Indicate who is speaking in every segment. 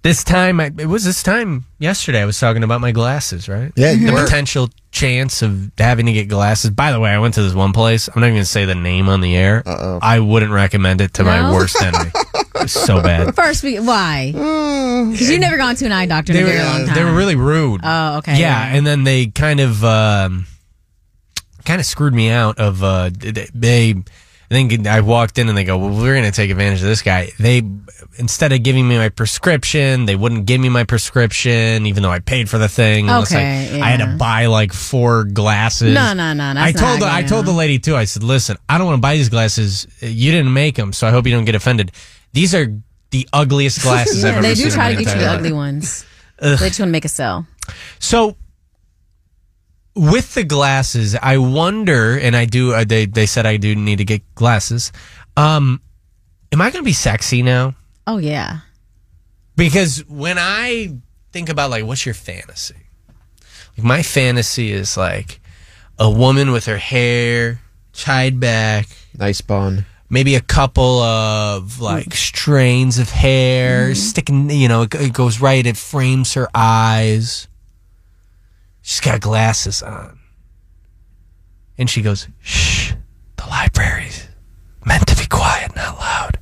Speaker 1: This time, I, it was this time yesterday. I was talking about my glasses, right?
Speaker 2: Yeah, you
Speaker 1: the
Speaker 2: were.
Speaker 1: potential chance of having to get glasses. By the way, I went to this one place. I'm not even gonna say the name on the air.
Speaker 2: Uh-oh.
Speaker 1: I wouldn't recommend it to my
Speaker 3: No?
Speaker 1: worst enemy. It was so bad.
Speaker 3: First, we, why? Because you've never gone to an eye doctor
Speaker 1: They
Speaker 3: in a
Speaker 1: were uh,
Speaker 3: very long time.
Speaker 1: they were really rude.
Speaker 3: Oh, okay.
Speaker 1: Yeah, and then they kind of um, kind of screwed me out of uh, they- they. I think I walked in and they go, "Well, we're going to take advantage of this guy." They instead of giving me my prescription, they wouldn't give me my prescription, even though I paid for the thing. Unless
Speaker 3: Okay,
Speaker 1: I, I had
Speaker 3: yeah.
Speaker 1: to buy like four glasses.
Speaker 3: No, no, no, that's
Speaker 1: I told
Speaker 3: not
Speaker 1: the, I
Speaker 3: good,
Speaker 1: told the
Speaker 3: no.
Speaker 1: lady too. I said, "Listen, I don't want to buy these glasses. You didn't make them, so I hope you don't get offended. These are the ugliest glasses I've
Speaker 3: Yeah,
Speaker 1: ever
Speaker 3: they
Speaker 1: seen."
Speaker 3: do
Speaker 1: in
Speaker 3: try
Speaker 1: my
Speaker 3: to get you
Speaker 1: entire
Speaker 3: the
Speaker 1: life.
Speaker 3: ugly ones. they just want to make a sell.
Speaker 1: So with the glasses, I wonder, and I do. Uh, they they said I do need to get glasses. Um, am I going to be sexy now?
Speaker 3: Oh yeah.
Speaker 1: Because when I think about like, what's your fantasy? Like my fantasy is like a woman with her hair tied back,
Speaker 2: Nice bond.
Speaker 1: maybe a couple of like strains of hair sticking you know it, it goes right it frames her eyes she's got glasses on and she goes shh the library's meant to be quiet not loud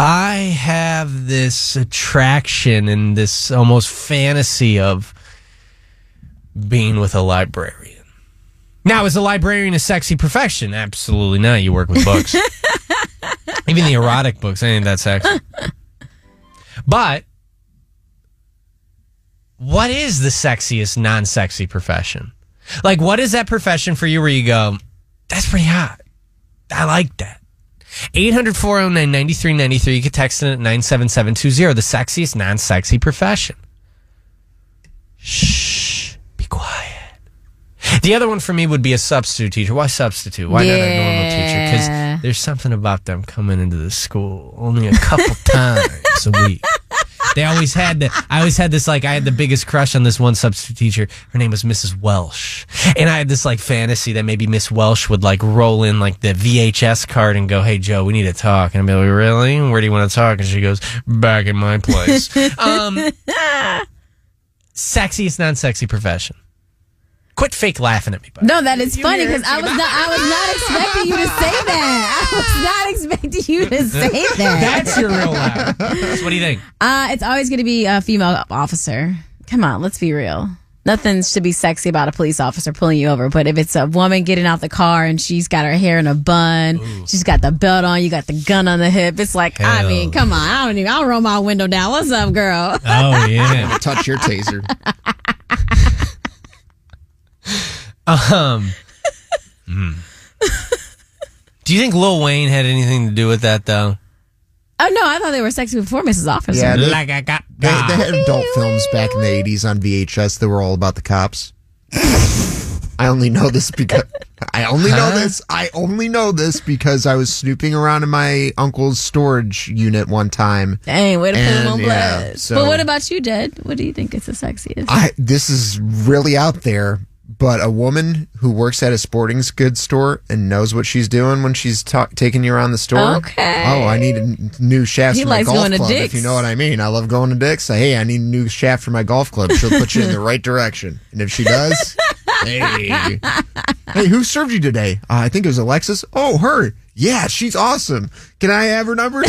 Speaker 1: i have this attraction and this almost fantasy of being with a librarian now, is a librarian a sexy profession? Absolutely not. You work with books. Even the erotic books, I think that's sexy. But what is the sexiest non sexy profession? Like, what is that profession for you where you go, that's pretty hot? I like that. 800 409 9393. You can text in at 97720. The sexiest non sexy profession. Shh. Be quiet. The other one for me would be a substitute teacher. Why substitute? Why not a normal teacher?
Speaker 3: Yeah.
Speaker 1: Because there's something about them coming into the school only a couple times a week. They always had the, I always had this like I had the biggest crush on this one substitute teacher. Her name was Mrs. Welsh, and I had this like fantasy that maybe Miss Welsh would like roll in like the VHS card and go, "Hey Joe, we need to talk." And I'd be like, "Really? Where do you want to talk?" And she goes, "Back in my place." um, sexiest non-sexy profession. Quit fake laughing at me, buddy.
Speaker 3: No, that is funny because I was not I was not expecting you to say that. I was not expecting you to say that.
Speaker 1: That's your real laugh. So what do you think?
Speaker 3: Uh, it's always going to be a female officer. Come on, let's be real. Nothing should be sexy about a police officer pulling you over, but if it's a woman getting out the car and she's got her hair in a bun, she's got the belt on, you got the gun on the hip, it's like, I
Speaker 1: Hell.
Speaker 3: mean, come on, I don't even, I'll roll my window down. What's up, girl?
Speaker 1: Oh yeah.
Speaker 2: Touch your taser.
Speaker 1: Um, hmm. Do you think Lil Wayne had anything to do with that though?
Speaker 3: Oh no, I thought they were sexy before Mrs. Officer.
Speaker 2: Yeah, they,
Speaker 1: Like I got
Speaker 2: they,
Speaker 1: God.
Speaker 2: they had adult films back in the 80s on VHS that were all about the cops. I only know this because I only know this. I only know this because I was snooping around in my uncle's storage unit one time.
Speaker 3: Dang, way to put them
Speaker 2: And,
Speaker 3: on
Speaker 2: yeah,
Speaker 3: blast.
Speaker 2: so-
Speaker 3: But what about you, Jed? What do you think is the sexiest?
Speaker 2: I this is really out there, but a woman who works at a sporting goods store and knows what she's doing when she's ta- taking you around the store.
Speaker 3: Okay.
Speaker 2: Oh, I need a n- new shaft
Speaker 3: He
Speaker 2: for my
Speaker 3: likes
Speaker 2: golf
Speaker 3: going to
Speaker 2: club. If
Speaker 3: Dick's.
Speaker 2: you know what I mean, I love going to Dick's. Say, hey, I need a new shaft for my golf club. She'll put you in the right direction, and if she does, hey, hey, who served you today? Uh, I think it was Alexis. Oh, her. Yeah, she's awesome. Can I have her number?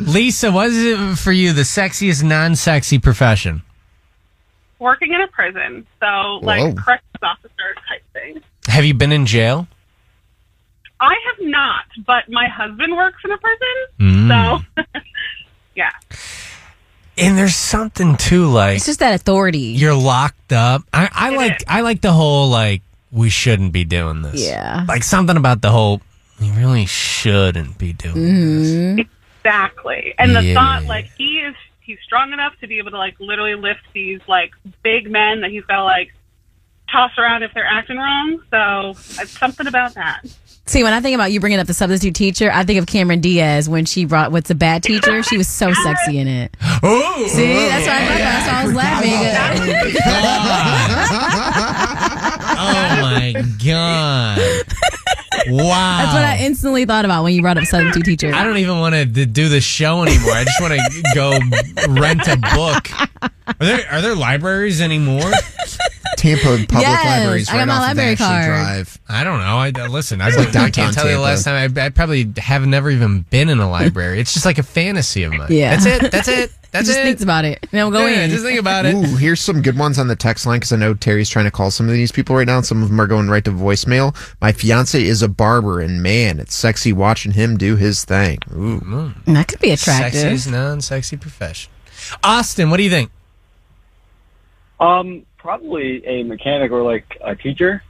Speaker 1: Lisa, what is it for you? The sexiest non-sexy profession?
Speaker 4: working in a prison, so like
Speaker 2: Whoa.
Speaker 4: corrections officer type thing.
Speaker 1: Have you been in jail?
Speaker 4: I have not, but my husband works in a prison,
Speaker 1: Mm.
Speaker 4: so yeah.
Speaker 1: And there's something too like
Speaker 3: it's just that authority.
Speaker 1: you're locked up. I, I
Speaker 4: It
Speaker 1: like
Speaker 4: is.
Speaker 1: I like the whole like we shouldn't be doing this.
Speaker 3: Yeah. Mm-hmm.
Speaker 1: Like something about the whole we really shouldn't be doing this.
Speaker 4: Exactly. And the
Speaker 1: Yeah.
Speaker 4: thought, like, he is, he's strong enough to be able to, like, literally lift these, like, big men that he's got to, like, toss around if they're acting wrong. So it's something about that.
Speaker 3: See, when I think about you bringing up the substitute teacher, I think of Cameron Diaz when she brought What's a Bad Teacher. She was so sexy in it.
Speaker 1: Oh,
Speaker 3: See, that's why I, thought that's why I was laughing.
Speaker 1: oh my god! Wow.
Speaker 3: That's what I instantly thought about when you brought up substitute teacher.
Speaker 1: I don't even want to do the show anymore. I just want to go rent a book. Are there are there libraries anymore?
Speaker 2: Tampa Public
Speaker 3: Yes,
Speaker 2: Libraries
Speaker 3: I got
Speaker 2: right
Speaker 3: my
Speaker 2: off
Speaker 3: library
Speaker 2: of Ashley
Speaker 3: card.
Speaker 2: Drive.
Speaker 1: I don't know. I listen. I,
Speaker 2: like
Speaker 1: I
Speaker 2: downtown
Speaker 1: can't tell you the
Speaker 2: Tampa.
Speaker 1: last time. I, I probably have never even been in a library. It's just like a fantasy of mine.
Speaker 3: Yeah.
Speaker 1: that's it. That's it. That's
Speaker 3: just
Speaker 1: it.
Speaker 3: thinks about it. Now go
Speaker 1: yeah,
Speaker 3: in.
Speaker 1: Just think about it.
Speaker 2: Ooh, here's some good ones on the text line because I know Terry's trying to call some of these people right now. And some of them are going right to voicemail. My fiance is a barber, and man, it's sexy watching him do his thing. Ooh.
Speaker 3: that could be attractive.
Speaker 1: Sexiest non-sexy profession. Austin, what do you think?
Speaker 5: Um, probably a mechanic or like a teacher.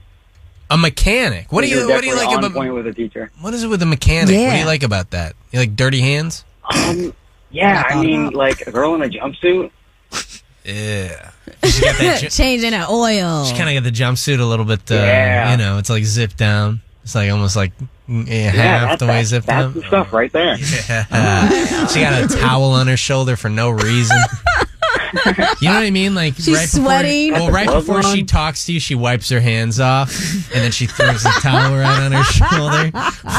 Speaker 1: A mechanic. What do you What do you like
Speaker 5: on
Speaker 1: about?
Speaker 5: point with a teacher?
Speaker 1: What is it with a mechanic? What do
Speaker 3: Yeah.
Speaker 1: you like about that? You like dirty hands?
Speaker 5: Um, yeah, I mean, like a girl in a jumpsuit.
Speaker 1: Yeah. She got that. ju-
Speaker 3: Changing the oil.
Speaker 1: She kind of got the jumpsuit a little bit. Uh,
Speaker 5: Yeah.
Speaker 1: You know, it's like zipped down. It's like almost like mm, yeah,
Speaker 5: Yeah,
Speaker 1: half
Speaker 5: that's,
Speaker 1: the way
Speaker 5: that's,
Speaker 1: zipped
Speaker 5: that's
Speaker 1: down.
Speaker 5: the stuff right there.
Speaker 1: she got a towel on her shoulder for no reason. You know what I mean? Like
Speaker 3: She's
Speaker 1: right before,
Speaker 3: sweating.
Speaker 1: Well, right
Speaker 5: Gloves
Speaker 1: before she
Speaker 5: on.
Speaker 1: talks to you, she wipes her hands off, and then she throws the towel right on her shoulder.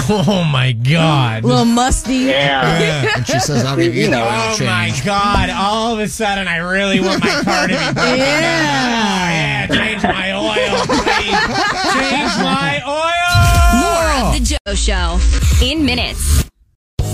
Speaker 1: Oh my god!
Speaker 3: little musty.
Speaker 5: Yeah.
Speaker 2: And she says, "I'll give you,
Speaker 5: You
Speaker 2: the
Speaker 5: know.
Speaker 2: oil
Speaker 1: Oh my
Speaker 2: change."
Speaker 1: god! All of a sudden, I really want my car to be. broken
Speaker 3: Yeah.
Speaker 1: down. yeah. Change my oil, please. Change my oil.
Speaker 6: More of the Joe Show in minutes.